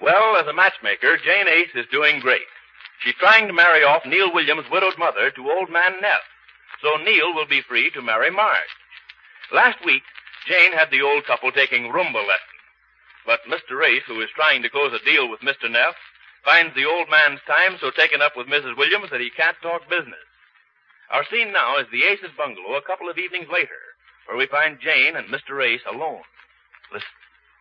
Well, as a matchmaker, Jane Ace is doing great. She's trying to marry off Neil Williams' widowed mother to old man Neff, so Neil will be free to marry Marge. Last week, Jane had the old couple taking rumba lessons, but Mr. Ace, who is trying to close a deal with Mr. Neff, finds the old man's time so taken up with Mrs. Williams that he can't talk business. Our scene now is the Ace's bungalow a couple of evenings later, where we find Jane and Mr. Ace alone. Listen.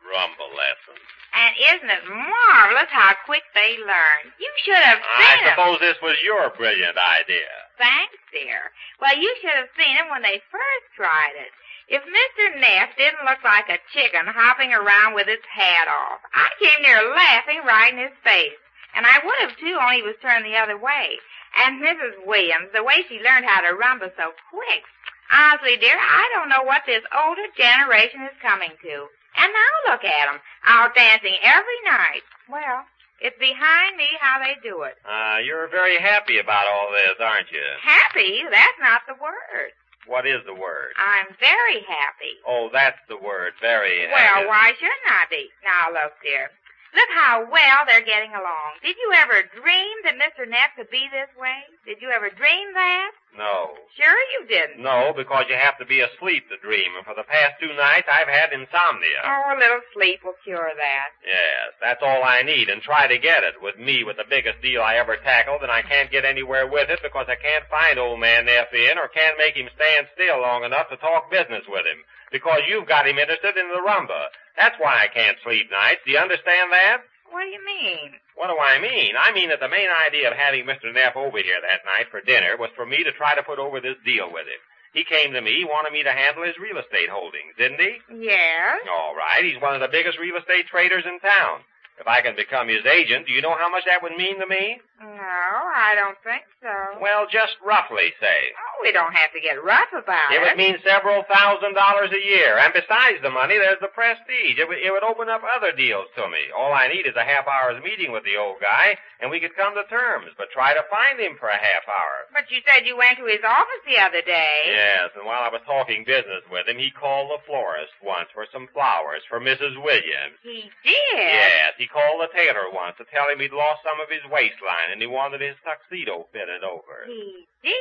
Rumble lessons. And isn't it marvelous how quick they learn? You should have I seen 'em. suppose this was your brilliant idea. Thanks, dear. Well, you should have seen 'em when they first tried it. If Mr. Neff didn't look like a chicken hopping around with its hat off, I came near laughing right in his face. And I would have, too, only he was turned the other way. And Mrs. Williams, the way she learned how to rumble so quick. Honestly, dear, I don't know what this older generation is coming to. And now look at 'em, out dancing every night. Well, it's behind me how they do it. Uh, you're very happy about all this, aren't you? Happy? That's not the word. What is the word? I'm very happy. Oh, that's the word. Very happy. Well, why shouldn't I be? Now, look, dear. Look how well they're getting along. Did you ever dream that Mr. Neff could be this way? Did you ever dream that? No. Sure you didn't. No, because you have to be asleep to dream, and for the past two nights I've had insomnia. Oh, a little sleep will cure that. Yes, that's all I need, and try to get it. With me, with the biggest deal I ever tackled, and I can't get anywhere with it because I can't find old man F in, or can't make him stand still long enough to talk business with him. Because you've got him interested in the rumba. That's why I can't sleep nights. Do you understand that? What do you mean? What do I mean? I mean that the main idea of having Mr. Neff over here that night for dinner was for me to try to put over this deal with him. He came to me, wanted me to handle his real estate holdings, didn't he? Yes? All right, he's one of the biggest real estate traders in town. If I can become his agent, do you know how much that would mean to me? No, I don't think so. Well, just roughly say. Oh, we don't have to get rough about It it. would mean several thousand dollars a year. And besides the money, there's the prestige. It would, it would open up other deals to me. All I need is a half hour's meeting with the old guy, and we could come to terms, but try to find him for a half hour. But you said you went to his office the other day. Yes, and while I was talking business with him, he called the florist once for some flowers for Mrs. Williams. He did. Yes, he called the tailor once to tell him he'd lost some of his waistline and he wanted his tuxedo fitted over. He did.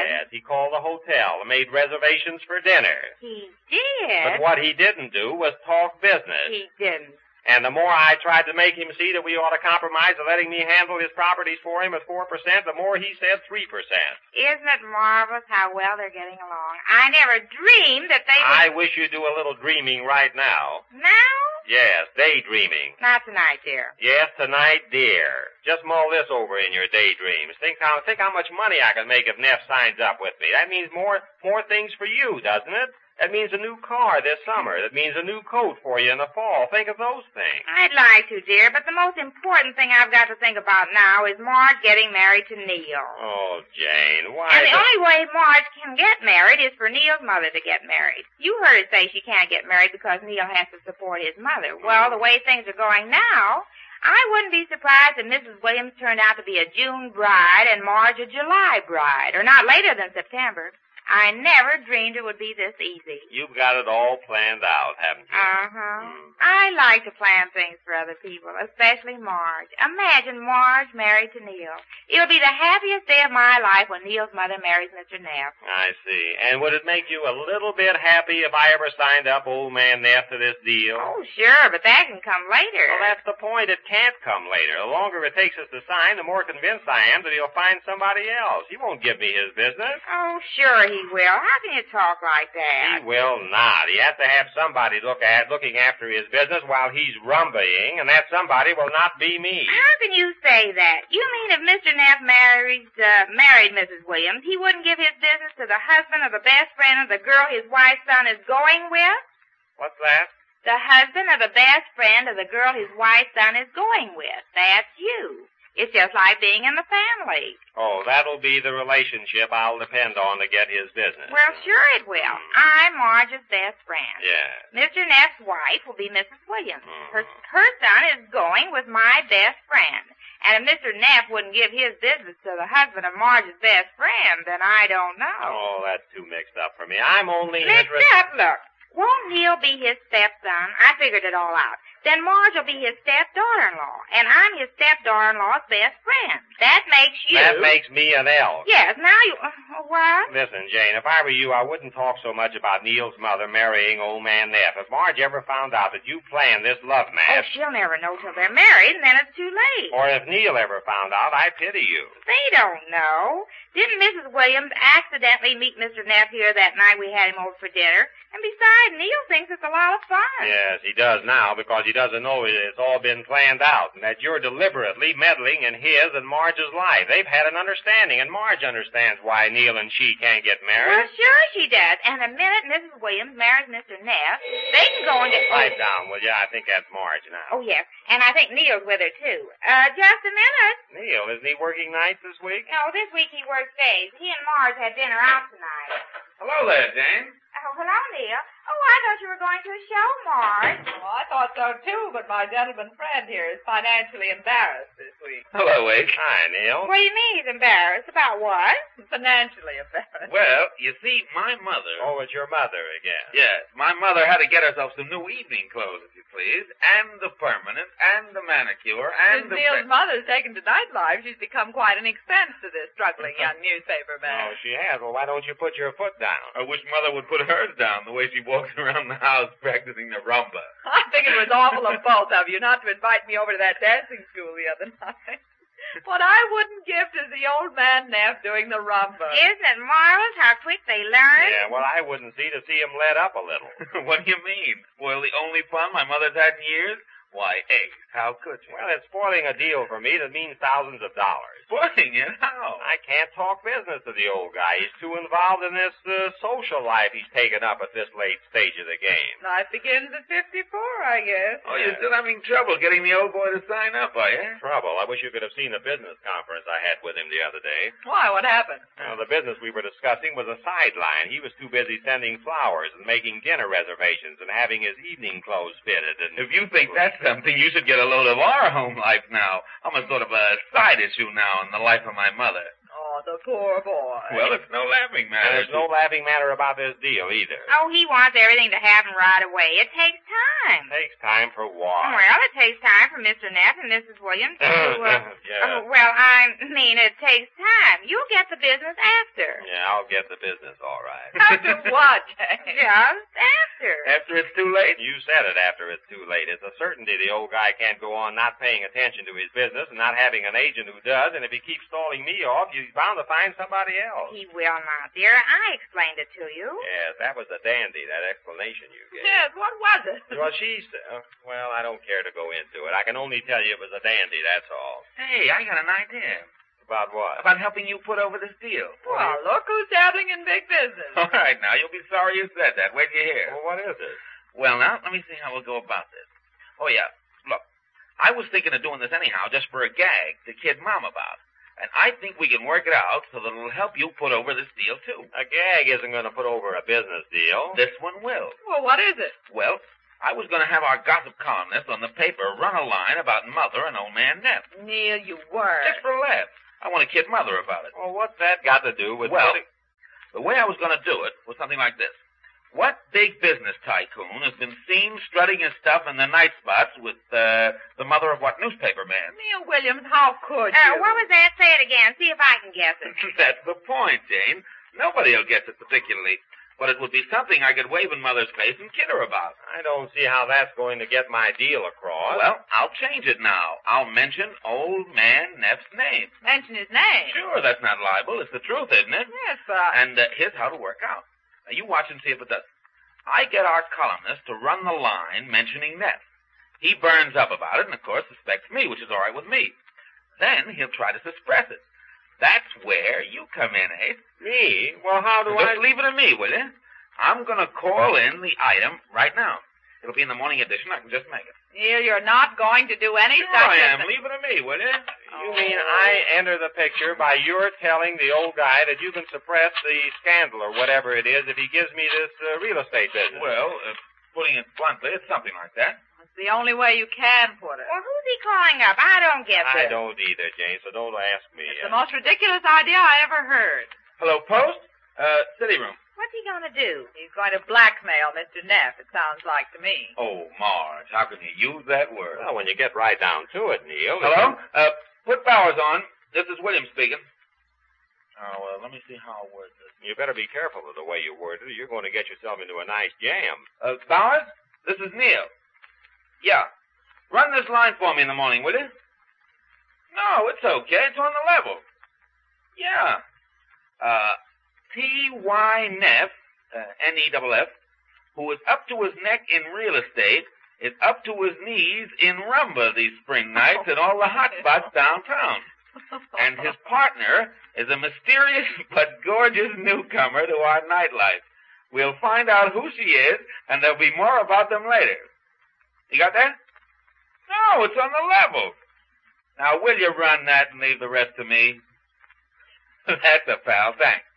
Yes, he called the hotel and made reservations for dinner. He But did. what he didn't do was talk business. He didn't. And the more I tried to make him see that we ought to compromise to letting me handle his properties for him at 4%, the more he said 3%. Isn't it marvelous how well they're getting along? I never dreamed that they I would. wish you'd do a little dreaming right now. Now? Yes, daydreaming. Not tonight, dear. Yes, tonight, dear. Just mull this over in your daydreams. Think how think how much money I can make if Neff signs up with me. That means more more things for you, doesn't it? That means a new car this summer. That means a new coat for you in the fall. Think of those things. I'd like to, dear, but the most important thing I've got to think about now is Marge getting married to Neil. Oh, Jane, why? Uh-huh. and the the- only way Marge can get married is for Neil's mother to get married. You heard her say she can't get married because Neil has to support his mother. Well, the way things are going now, I wouldn't be surprised if Mrs. Williams turned out to be a June bride and Marge a July bride, or not later than September. I never dreamed it would be this easy. You've got it all planned out, haven't you? Uh huh. Hmm. I like to plan things for other people, especially Marge. Imagine Marge married to Neil. It'll be the happiest day of my life when Neil's mother marries Mr. Neff. I see. And would it make you a little bit happy if I ever signed up old man Neff to this deal? Oh, sure, but that can come later. Well, that's the point. It can't come later. The longer it takes us to sign, the more convinced I am that he'll find somebody else. He won't give me his business. Oh, sure he will. How can you talk like He that? will not. He has to have somebody look at looking after his business while he's rumbying, and that somebody will not be me. How can you say that? You mean if Mr. Neff married, uh, married Mrs. Williams, he wouldn't give his business to the husband of the best friend of the girl his wife's son is going with? What's that? The husband of the best friend of the girl his wife's son is going with. That's you. It's just like being in the family. Oh, that'll be the relationship I'll depend on to get his business. Well, sure it will. I'm Marge's best friend. Yeah. Mr. Neff's wife will be Mrs. Williams. Mhm. Her, her son is going with my best friend. And if Mr. Neff wouldn't give his business to the husband of Marge's best friend, then I don't know. Oh, that's too mixed up for me. I'm only Mixed interested. up, look. Won't Neil be his stepson? I figured it all out. Then Marge will be his stepdaughter-in-law, and I'm his stepdaughter-in-law's best friend. That makes you. That makes me an elf. Yes. Now you. Uh, what? Listen, Jane, if I were you, I wouldn't talk so much about Neil's mother marrying old man Neff. If Marge ever found out that you planned this love Oh, match, she'll never know till they're married, and then it's too late. or if Neil ever found out, I pity you. They don't know. Didn't Mrs. Williams accidentally meet Mr. Neff here that night we had him over for dinner? And besides, Neil thinks it's a lot of fun. Yes, he does now because he doesn't know it- it's all been planned out and that you're deliberately meddling in his and Marge's life. They've had an understanding, and Marge understands why Neil and she can't get Well, married. sure she does. And the minute Mrs. Williams marries Mr. Neff, they can go into... Pipe down, will you? I think that's Marge now. Oh, yes. And I think Neil's with her, too. Uh, just a minute. Neil, isn't he working nights this week? No, this week he works days. He and Marge had dinner out tonight. Hello there, Jane. Oh, hello, Neil. Oh, I thought you were going to a show, Marge. Well, I thought so too, but my gentleman friend here is financially embarrassed this week. Hello, Wake. Hi, Neil. What do you mean he's embarrassed? About what? Financially embarrassed. Well, you see, my mother. Oh, it's your mother again. Yes, my mother had to get herself some new evening clothes, if you please, and the permanent, and the manicure, and Since the. Neil's fa- mother's taken to nightlife, she's become quite an expense to this struggling young newspaper No, man. Oh, she has. Well, why don't you put your foot down? I wish mother would put hers down the way she walks around the house practicing the rumba. I think it was awful of both of you not to invite me over to that dancing school the other night. What I wouldn't give to the old man Neff doing the rumba. Isn't it marvelous how quick they learn? Yeah, well, I wouldn't see to see him let up a little. what do you mean? Spoil the only fun my mother's had in years? Why, eggs. How could you? Well, it's spoiling a deal for me that means thousands of dollars. spoiling it? How? I can't talk business to the old guy. He's too involved in this uh, social life he's taken up at this late stage of the game. Life begins at 54, I guess. Oh, you're still having trouble getting the old boy to sign up, are you? Trouble. I wish you could have seen the business conference I had with him the other day. Why, what happened? Well, the business we were discussing was a sideline. He was too busy sending flowers and making dinner reservations and having his evening clothes fitted. And If you think that's something, you should get a load of our home life now. I'm a sort of a side issue now in the life of my mother. Oh, the poor boy. Well, it's no laughing And matter. there's no laughing matter about this deal either. Oh, he wants everything to happen right away. It takes time. takes time for what? Well, it takes time for Mr. Neff and Mrs. Williams to. Uh, yeah. oh, well, I mean, it takes time. You'll get the business after. Yeah, I'll get the business all right. After what, Jane? Just after. After it's too late? You said it after it's too late. It's a certainty the old guy can't go on not paying attention to his business and not having an agent who does, and if he keeps stalling me off, he's bound to find somebody else. He will not, dear. I explained it to you. Yes, that was a dandy, that explanation you gave. Yes, what was it? Well, she said, well, I don't care to go into it. I can only tell you it was a dandy, that's all. Hey, I got an idea About what? about helping you put over this deal. Well, look who's dabbling in big business. All right, now, you'll be sorry you said that. Wait till you hear. Well, what is it? Well, now, let me see how we'll go about this. Oh, yeah. Look, I was thinking of doing this anyhow just for a gag to kid Mom about. And I think we can work it out so that it'll help you put over this deal, too. A gag isn't going to put over a business deal. This one will. Well, what is it? Well, I was going to have our gossip columnist on the paper run a line about Mother and old man Ned. Neil, you were. Just for laughs. I want to kid Mother about it. Well, what's that got to do with Well, putting- The way I was going to do it was something like this. What big business tycoon has been seen strutting his stuff in the night spots with uh, the mother of what newspaper man? Neil Williams, how could you? Uh, what was that? Say it again. See if I can guess it. That's the point, Jane. Nobody will guess it particularly. But it would be something I could wave in Mother's face and kid her about. I don't see how that's going to get my deal across. Well, I'll change it now. I'll mention old man Neff's name. Mention his name. Sure, that's not libel. It's the truth, isn't it? Yes, but And uh, here's how to work out. Now, you watch and see if it does. I get our columnist to run the line mentioning Neff. He burns up about it and, of course, suspects me, which is all right with me. Then he'll try to suppress it. That's where you come in, eh? me? Well, how do I? Just leave it to me, will you? I'm going to call in the item right now. It'll be in the morning edition. I can just make it. Neil, you're not going to do any Sure I such a am. thing. Leave it to me, will you? You mean I enter the picture by your telling the old guy that you can suppress the scandal or whatever it is if he gives me this uh, real estate business? Well, uh, putting it bluntly, it's something like that. It's the only way you can put it. Well, who's he calling up? I don't get I this. don't either, Jane, so don't ask me. It's the most ridiculous idea I ever heard. Hello, Post? Uh, city room. What's he going to do? He's going to blackmail Mr. Neff, it sounds like to me. Oh, Marge, how can you use that word? Well, when you get right down to it, Neil. it's- Hello? Uh, put Bowers on. This is William speaking. Oh, uh, let me see how I word this. You better be careful of the way you word it. or You're going to get yourself into a nice jam. Uh, Bowers, this is Neil. Yeah. Run this line for me in the morning, will you? No, it's okay. It's on the level. Yeah. Uh, T.Y. Neff, uh, N-E-F-F, who is up to his neck in real estate, is up to his knees in rumba these spring nights in all the hot spots downtown. and his partner is a mysterious but gorgeous newcomer to our nightlife. We'll find out who she is, and there'll be more about them later. You got that? No, it's on the level. Now, will you run that and leave the rest to me? That's a pal. Thanks.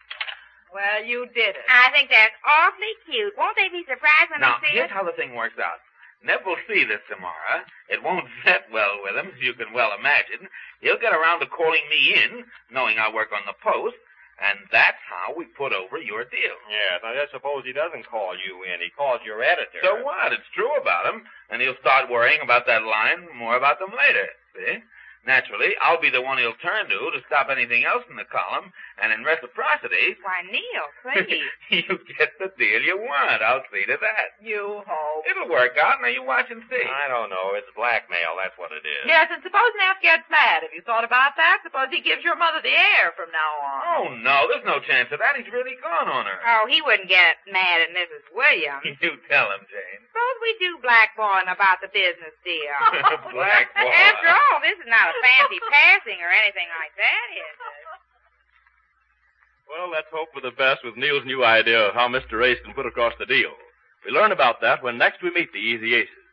Well, you did it. I think that's awfully cute. Won't they be surprised when now, they see here's it? how the thing works out. Nev will see this tomorrow. It won't set well with him, as you can well imagine. He'll get around to calling me in, knowing I work on the post, and that's how we put over your deal. Yeah, now let's suppose he doesn't call you in. He calls your editor. So what? It's true about him, and he'll start worrying about that line, more about them later. See? Naturally, I'll be the one he'll turn to to stop anything else in the column, and in reciprocity, Why, Neil, please. you get the deal you want. I'll see to that. You hope. It'll work out. Now you watch and see. I don't know. It's blackmail. That's what it is. Yes, and suppose Neff gets mad. Have you thought about that? Suppose he gives your mother the air from now on. Oh no, there's no chance of that. He's really gone on her. oh, he wouldn't get mad at Mrs. Williams. You tell him, Jane. Suppose we do blackballing about the business deal. Black boy. After all, this is not a fancy passing or anything like that, is it? Well, let's hope for the best with Neil's new idea of how Mr. Ace can put across the E deal. We learn about that when next we meet the Easy Aces.